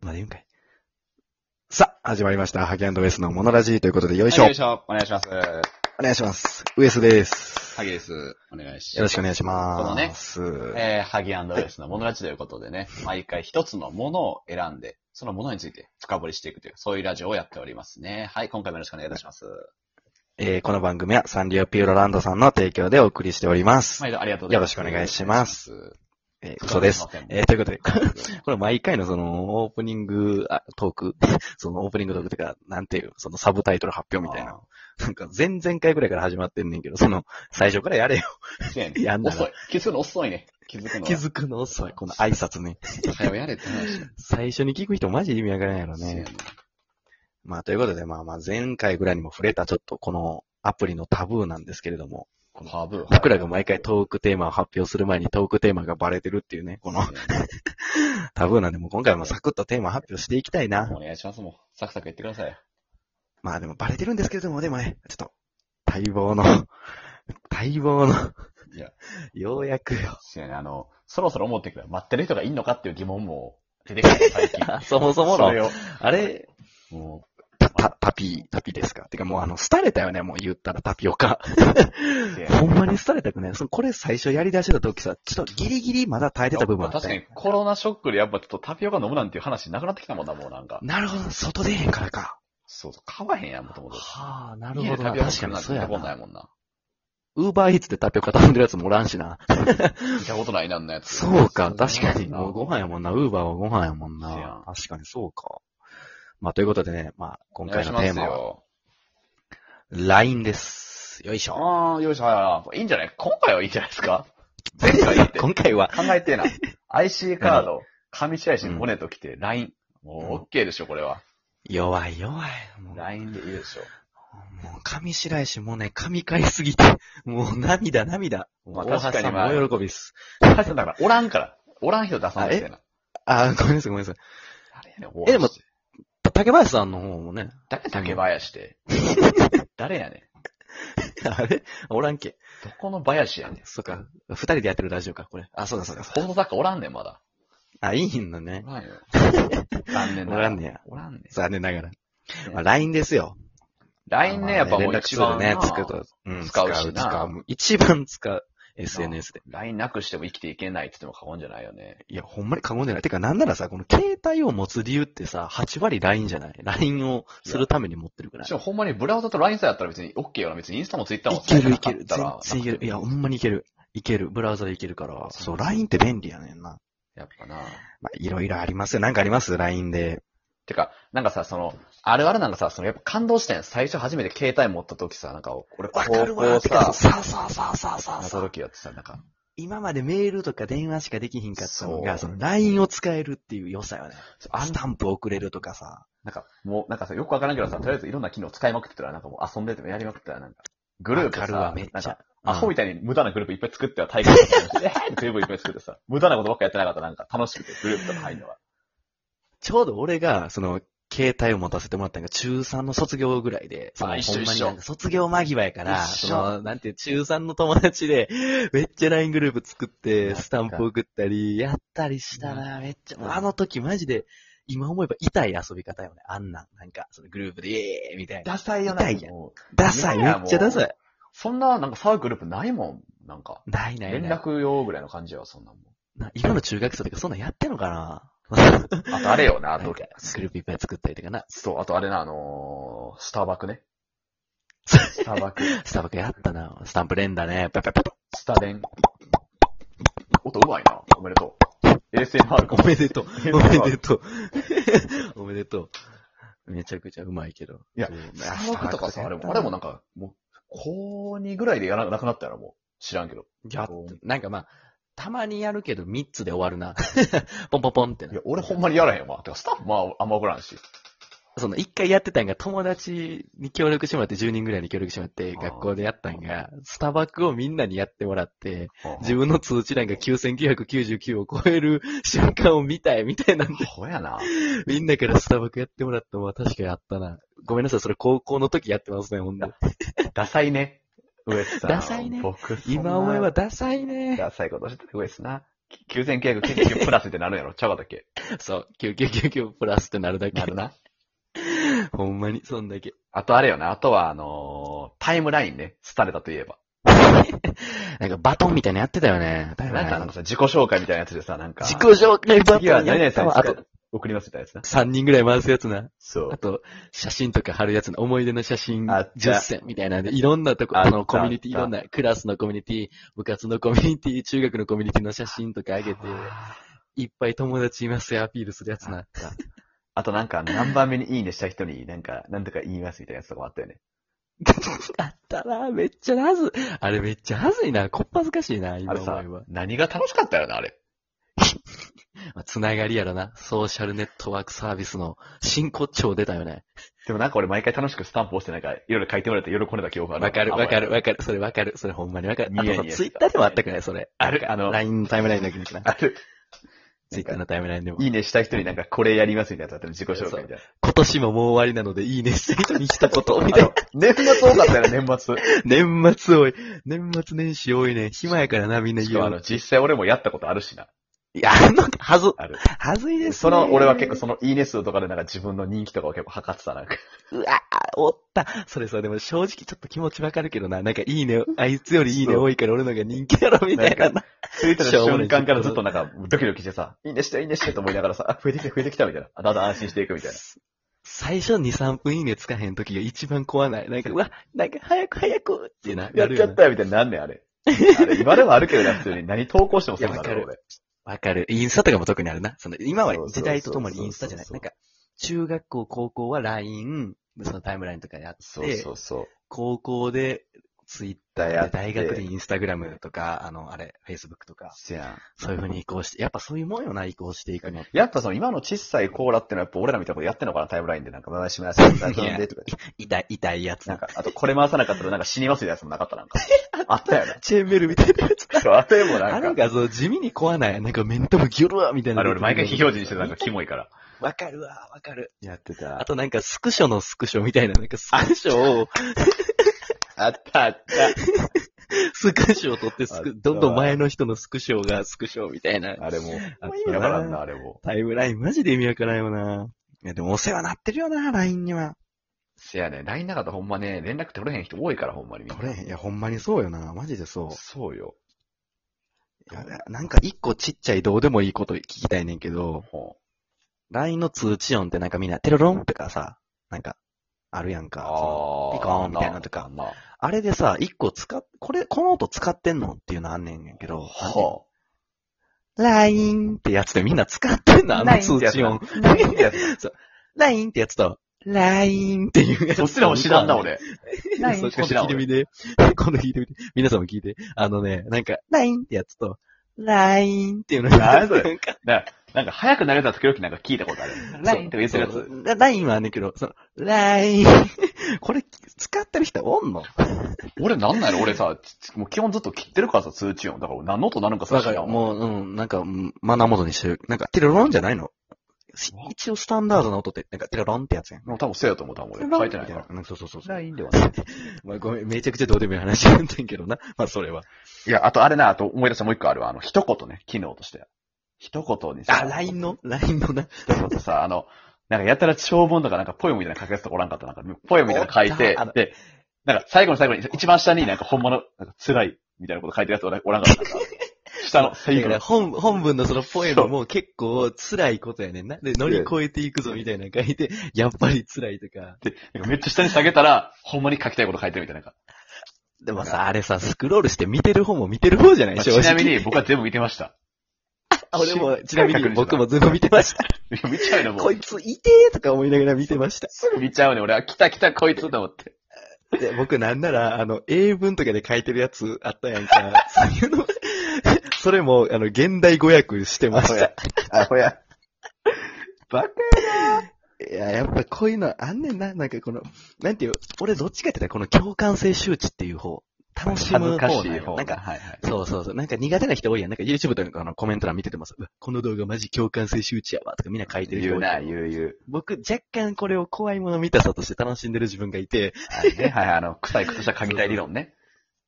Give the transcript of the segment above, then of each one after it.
まで言うんかい。さあ、始まりました。ハキウェスのモノラジーということで、よいしょ。はいよいしょ。お願いします。お願いします。ウエスです。ハギです。お願いしよろましす。くお願いします。えー、ハギウェスのモノラジということでね、毎回一つのものを選んで、そのものについて深掘りしていくという、そういうラジオをやっておりますね。はい、今回もよろしくお願いいたします。えーこの番組はサンリオピューロランドさんの提供でお送りしております。毎度ありがとうございます。よろしくお願いしますお願いしえーます。嘘です。深掘りしませんえーということで、 これ毎回のそのオープニングあトーク、 そのオープニングトークというか、なんていう、そのサブタイトル発表みたいな。。なんか前々回ぐらいから始まってんねんけど、その、最初からやれよ。あーせやねやんなら遅い。気づくの遅いね。気づくの。気づくの遅い。この挨拶ね。く。早うやれって話。最初に聞く人マジ意味わからんやろせやねね。まあということで、まあまあ前回ぐらいにも触れたちょっとこのアプリのタブーなんですけれども、ハーブ。僕らが毎回トークテーマを発表する前にトークテーマがバレてるっていうね、この タブーなんで、もう今回もサクッとテーマ発表していきたいな。お願いします、もう。サクサク言ってください。まあでもバレてるんですけれども、でもね、ちょっと、待望の、 待望の、いや、ようやくよ。そうやね、あの、そろそろ思ってくる。待ってる人がいんのかっていう疑問も出てくる、最近。 そもそもそれの、を。あれ、もた、た、タピー、タピーですかてかもうあの、廃れたよね、もう言ったらタピオカ。う、せやほんまに廃れたくね。そのこれ最初やり出してた時さ、ちょっとギリギリまだ耐えてた部分あった確かにコロナショックでやっぱちょっとタピオカ飲むなんていう話なくなってきたもんな、もうなんか。なるほど、外出へんからか。そうそう、買わへんやん、もともと。はあ、な家でタ確ピオカか作るになんてそう見やたことないな。もんな。ウーバーイーツでタピオカ頼んでるやつもおらんしな。見たことないなんのやつ。そうか、確かに。なもうご飯やもんな。ウーバーはご飯やもんそうや。なん確かにそうか。まあ、ということでね、まあ、お今願回いしのまテーすマは、よ。 LINE です。よいしょ。ああ、よいしょ、はいはいいいんじゃない今回はいいんじゃないですか前回いいって。考今回は、え てえな。IC カード、上白石モネと来て、LINE。もう OK でしょ、これは。弱い弱い。もう、も LINE でいいでしょ。う上白石もね、神回すぎて、もう涙涙。まあ大橋確かにさんもまあ大喜びです。 だから、おらんから。おらん人出さないみたいな。あー、ごめんなさいごめんなさい。あれやねん、えでも竹林さんの方もね、 誰竹林 って。誰やねあれおらんけ。ん。どこの林やねん。そっか。二人でやってるラジオか、これ。あ、そうだそうだそうだ。放送作家おらんねん、まだ。あ、いいんだね。お らんよ。残念なおらんねや。おらんねん。残念ながら。まあ、LINE ですよ。 LINE ね、やっぱも連う絡一ツー番ルな。ね、作ると。うん、使うしな使う。一番使う。SNS で。 LINE なくしても生きていけないって言っても過言じゃないよね。いや、ほんまに過言じゃない。てか、なんならさ、この携帯を持つ理由ってさ、8割 LINE じゃない ?LINE をするために持ってるくらいし。かもほんまにブラウザと LINE さえやったら別に OK よな。別にインスタも Twitter もいけるいける。使えな全かったら然いける。いや、ほんまにいける。いける。ブラウザでいけるから。そう、LINE って便利やねんな。やっぱな。まあ、いろいろありますよ。なんかあります ?LINE で。てか、なんかさ、その、あるあるなんかさ、そのやっぱ感動したやん。最初初めて携帯持った時さ、なんか俺高校てかさ、さ、さ、さ、さ、さ、なったさ。時やってさ、なんか、今までメールとか電話しかできひんかったのが、そそうの LINE を使えるっていう良さよね。あスタンプ送れるとかさ。なんか、もう、なんかさ、よくわからんけどさ、とりあえずいろんな機能使いまくってたら、なんかもう遊んでてもやりまくってたら、なんか、グループわさ、かるわ、めっなんちかゃ、。アホみみたいに無駄なグループいっぱい作っては大会とかして、えーってグループいっぱい作ってさ、 無駄なことばっかやってなかったらなんか楽しくて、グループとか入るのは。ちょうど俺が、その、携帯を持たせてもらったのが中3の卒業ぐらいで、そのあ一緒ほんまに一緒なんか卒業間際やから、一緒その、なんていう、中3の友達で、めっちゃ LINE グループ作っやて、ったスタンプ送ったり、やったりしたな、めっちうんゃ、あの時マジで、今思えば痛い遊び方よね、あんなん。なんか、そのグループで、イエーイみたいな。ダサいよなもうダサい、いめやっちゃダサい。そんな、なんかサーグループないもん。なんか、ないないない。連絡用ぐらいの感じよ、そんなもん。な今の中学生とかそんなんやってんのかなあとあれよな、あなんとか、グループいっぱい作ったりとかな。そう、あとあれな、あのー、スターバクね。スタ バク、スタバクやったな。スタンプ連打ね。パパパパ。スタデン。音うまいな。おめでとう。ASMR かおも。めでとう。 おめでとう。おめでとう。めちゃくちゃうまいけど。いやそう、スタバクとかさ、あれも、あれもなんか、もう、高2ぐらいでやらなくなったやろ、もう。知らんけど。やってなんかまあ、たまにやるけど3つで終わるな。ポンポンポンっていなや、。俺ほんまにやらへんわ。てか、スタッフもあんまおらんし。その1回やってたんが友達に協力してもらって10人ぐらいに協力してもらってあー学校でやったんが、スタバクをみんなにやってもらって、自分分の通知欄が9999を超える瞬間を見たいみたいなんで、ほやな。みんなからスタバクやってもらったのは確かやったな。ごめんなさい、それ高校の時やってますね、ほんで。ダサいね。ウエスさん。ダサいね僕、今思えばダダサいね。ダサいことしてたウエスな。 9999プラスってなるやろ、ちゃうわだけ。そう、9999プラスってなるだけ。。。ほんまに、そんだけ。あとあれよな、あとはあのータイムラインね、廃れたといえば。なんかバトンみたいなのやってたよね。大変なんかあのさ、自己紹介みたいなやつでさ、なんか。自己紹介バトン次は何や々ったさんにわあと、送りますみたいなやつな。 3人ぐらい回すやつな。そうあ。と、写真とか貼るやつの思い出の写真あった10選みたいなんで、いろんなとこ、あっあたの、コミュニティ、いあったろんな、クラスのコミュニティ、部活のコミュニティ、中学のコミュニティの写真とかあげて、いっぱい友達いますよ、アピールするやつな。あとなんか、何番目にいいねした人に、なんか、なんとか言いますみたいなやつとかもあったよね。あったな、めっちゃなず、あれめっちゃはずいな、こっぱずかしいな、あ今れ思さえば。、何が楽しかったよな、あれ。まあつながりやろな、ソーシャルネットワークサービスの真骨頂出たよね。でもなんか俺毎回楽しくスタンプ押してなんか、いろいろ書いてもらって喜んでた記憶がある。わかるわかるあわかる、それわかる、それほんまにわかる。あニとヤニヤさし、ツイッたターでもあったくない、それ。あるあの LINE のタイムラインだけどな。ある。ツイッターのタイムラインでも。いいねした人になんか、これやりますみたいなやつあったよね自己紹介みたいな。今年ももう終わりなので、いいねしてる人に一言、みたいな。年末多かったよね、年末。年末多い。年末年始多いね。暇やからな、みんなし言かもあうの、の。実際俺もやったことあるしな。いや、あの、はず、ある。はずいです、ね。その、俺は結構その、いいね数とかでなんか自分の人気とかを結構測って た、なんか。うわおった。それさ、でも正直ちょっと気持ちわかるけどな。なんかいいね、あいつよりいいねそう多いから俺のが人気やろ、みたいな。なんついてた瞬間からずっとなんか、ドキドキしてさ、いいねして、いいねしてと思いながらさ、あ増えてきた、増えてきた、みたいな。あだんだん安心していくみたいな。最初2、3分いいねつかへん時が一番怖ない。なんか、うわ、なんか早く早くってな。やっるちよゃっなたよ、みたいになんねん、あれ。あれ、今でもあるけどな、普通に。何投稿してもそうなんだいやわろう、か俺。わかる。インスタとかも特にあるな。その、今はそうそうそう時代とともにインスタじゃない。そうなそんうか、中学校、高校は LINE、そのタイムラインとかやって、そうそうそう。高校でツイッタやーって大学でインスタグラムとか、あの、あれ、Facebook とか、せやん。そういう風に移行して、やっぱそういうもんよな、移行していくの。やっぱその、今の小さいコーラってのはやっぱ俺らみたいなことやってんのかな、タイムラインで。なんか、回しますみたいな。なんでとか言って痛い、痛いやつなんな。か、あと、これ回さなかったらなんか死にますみたいなやつもなかった、なんか。あっ たよな。チェーンベルみたいなやつ。そう、あったよ、もうあなれんか。がそう、地味に怖ない。なんかメンタルギョロワみたいな。あれ、俺毎回非表示にしてた、なんか、キモいから。わかるわ、わかる。やってあた。となんかスクショのスクショみたいな、なんかスクショを、あった、あった。スクショを取ってスあク、ったどんどん前の人のスクショがスクショみたいな。あれもあっう、たやなばかった、あれも。タイムラインマジで意味わからんよな。いや、でもお世話なってるよな、LINE には。せやね、LINE なかったらほんまね、連絡取れへん人多いから、ほんまにみんな。取れへん。いや、ほんまにそうよな。マジでそそうよ。う。いや、なんか一個ちっちゃいどうでもいいこと聞きたいねんけど、ほ LINE の通知音ってなんかみんな、テロロンとかさ、なんか、あるやんうか。そのあピコーンみたいなのとかまあ、あれでさ、一個使っ、これ、この音使ってんのっていうのあんねんけど、はラインってやつでみんな使ってんのあの通知音。あ。なんてやつラインってやつと、ラインっていうやつ。そっちらも知 らんな、。俺。ラ LINE インしか知らん聞いてみて。今度聞いてみて。皆さんも聞いて。あのね、なんか、ラインってやつと、ラインっていうの何それなんかだなんか、早く慣れた時々なんか聞いたことある。LINE とか言ってるやそうつ。そうララインはあんねんけど、その、ライン。 これ、使ってる人おんの俺なんなの俺さ、つもう基本ずっと切ってるからさ、通知音。だから俺何の音なのかさ、わかる。知らんもう、うん、なんか、うんマナーモードにしてる。なんか、テロロンじゃないの一応スタンダードな音って、なんか、テロロンってやつやん。もう多分そうやと思う、多分俺。書いてないから。うんそうそうそうそう。 LINE ではない。まあ、ごめん、めちゃくちゃどうでもいい話なんだけどな。まあ、それは。いや、あとあれな、あと思い出したもう一個あるわ。あの、一言ね、機能として。一言にさ。あ、LINE の ?LINE のな。一言さ、あの、なんかやたら長文とかなんかポエムみたいなの書くやつとかおらんかった。なんかポエムみたいなの書いおってたあの、で、なんか最後の最後に、一番下になんかほんまの、なんか辛いみたいなこと書いてるやつおらおらんかった。なんか下の最だか後らの。本、本文のそのポエムも結構辛いことやねんな。で、乗り越えていくぞみたいなの書いて、 やっぱり辛いとか。で、なんかめっちゃ下に下げたら、ほんまに書きたいこと書いてるみたいな。なんかでもさ、あれさ、スクロールして見てる方も見てる方じゃないまあ正ち直。なみに僕は全部見てました。あ俺も、ちなみ確に認した僕も全部見てました。いや見ちゃうのもこう。いつ、いてーとか思いながら見てました。すぐ見ちゃうね。俺は、来た来たこいつと思って。で、僕なんなら、あの、英文とかで書いてるやつあったやんか。そういう の。それも、あの、現代語訳してました。あ、ほや。バカいや、やっぱこういうのあんねんな。なんかこの、なんていう、俺どっちかって言ったらこの共感性周知っていう方。楽しむ方なんよなんか、はいはい。そうそうそう。なんか苦手な人多いやん。なんか YouTube とかのコメント欄見ててもさ、うわこの動画マジ共感性周知やわ。とかみんな書いてる言人う多い。な、言う言う。僕若干これを怖いもの見たさとして楽しんでる自分がいて、あれねはいはい、あの、臭い靴下嗅ぎたい理論ね。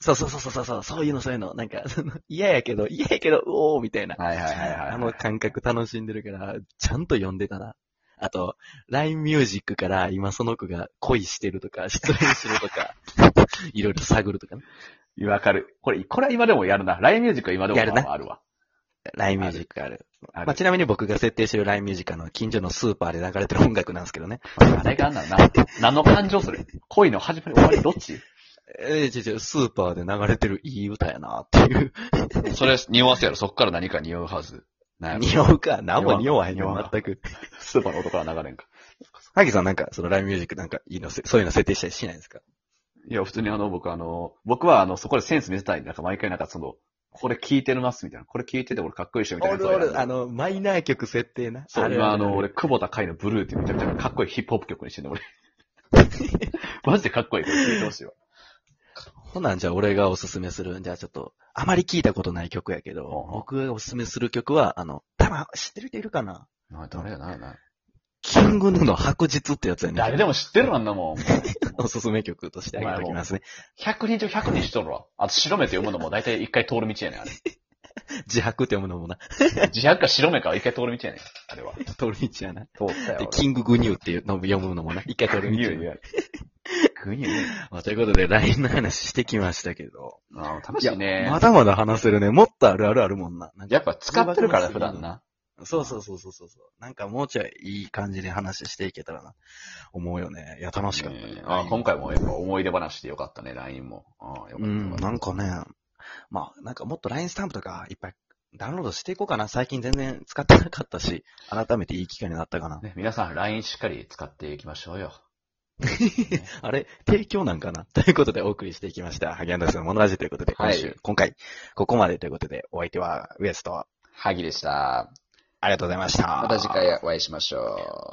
そうそうそうそうそう、そういうのそういうの。なんか、 その嫌やけど、嫌やけど、うおーみたいな。はいはいはいはい。あの感覚楽しんでるから、ちゃんと読んでたな。あと、LINE ミュージックから今その子が恋してるとか、失恋してるとか、 いろいろ探るとかね。わかる。これ、これは今でもやるな。LINE ミュージックは今でもやるなあるわ。 LINE ミュージックある。あるまあ、ちなみに僕が設定してる LINE ミュージックあの、近所のスーパーで流れてる音楽なんですけどね。あれがあんなんな。何の感情それ恋の始まり終わりどっちえー、ちょちょ、スーパーで流れてるいい歌やなっていう。 それ匂わせやろ。そっから何か匂うはず。何匂うか、何も匂わへん匂わよん、全く。スーパーの音から流れんか。ハギさんなんか、その LINE ミュージックなんかいいのせ、そういうの設定したりしないですかいや、普通にあの、僕あの、僕はあの、そこでセンス見せたいんで、なんか毎回なんかその、これ聞いてるますみたいな。これ聞いてて俺かっこいいっしょみたいなことをやる。あの、マイナー曲設定な。そう、れ今れあの、れ俺、久保田海のブルーってめちゃめちゃかっこいいヒップホップ曲にしてん の、俺。マジでかっこいい。これ聞いてほしいわ。ほなんじゃあ俺がおすすめする。じゃあちょっと、あまり聞いたことない曲やけど、うんうん僕がおすすめする曲は、あの、たま、知ってる人いるかなな、誰やな、な。キングヌーの白日ってやつやねんけど誰でも知ってるわあんなもん。おすすめ曲としてあげておきますね。 100人中100人しとるわ。あと白目と読むのも大体一回通る道やねん、あれ。自白って読むのもな、自白か白目かは一回通る道やねん、あれは。通り道やな。通ったで、キンググニューっていうのも読むのもな、一回通グりニ道ューやな言うやね。グニュー言うまあということで、LINE の話してきましたけど。あー楽しいね。まだまだ話せるね。もっとあるあるあるもんな。なんかやっぱ使ってるから、普段な。そうそうそうそうそうそう。なんかもうちょいいい感じで話していけたらな。思うよね。いや、楽しかったね。ねあー今回もやっぱ思い出話でよかったね、LINE も。あーよかったうよんか、ったなんかね、まあ、なんかもっと LINE スタンプとかいっぱいダウンロードしていこうかな。最近全然使ってなかったし、改めていい機会になったかな。ね、皆さん LINE しっかり使っていきましょうよ。あれ、提供なんかな ということでお送りしていきました。ハギアンダースのモノラジということで、今週、はい今回、ここまでということで、お相手はウエスト。萩でした。ありがとうございました。また次回お会いしましょう。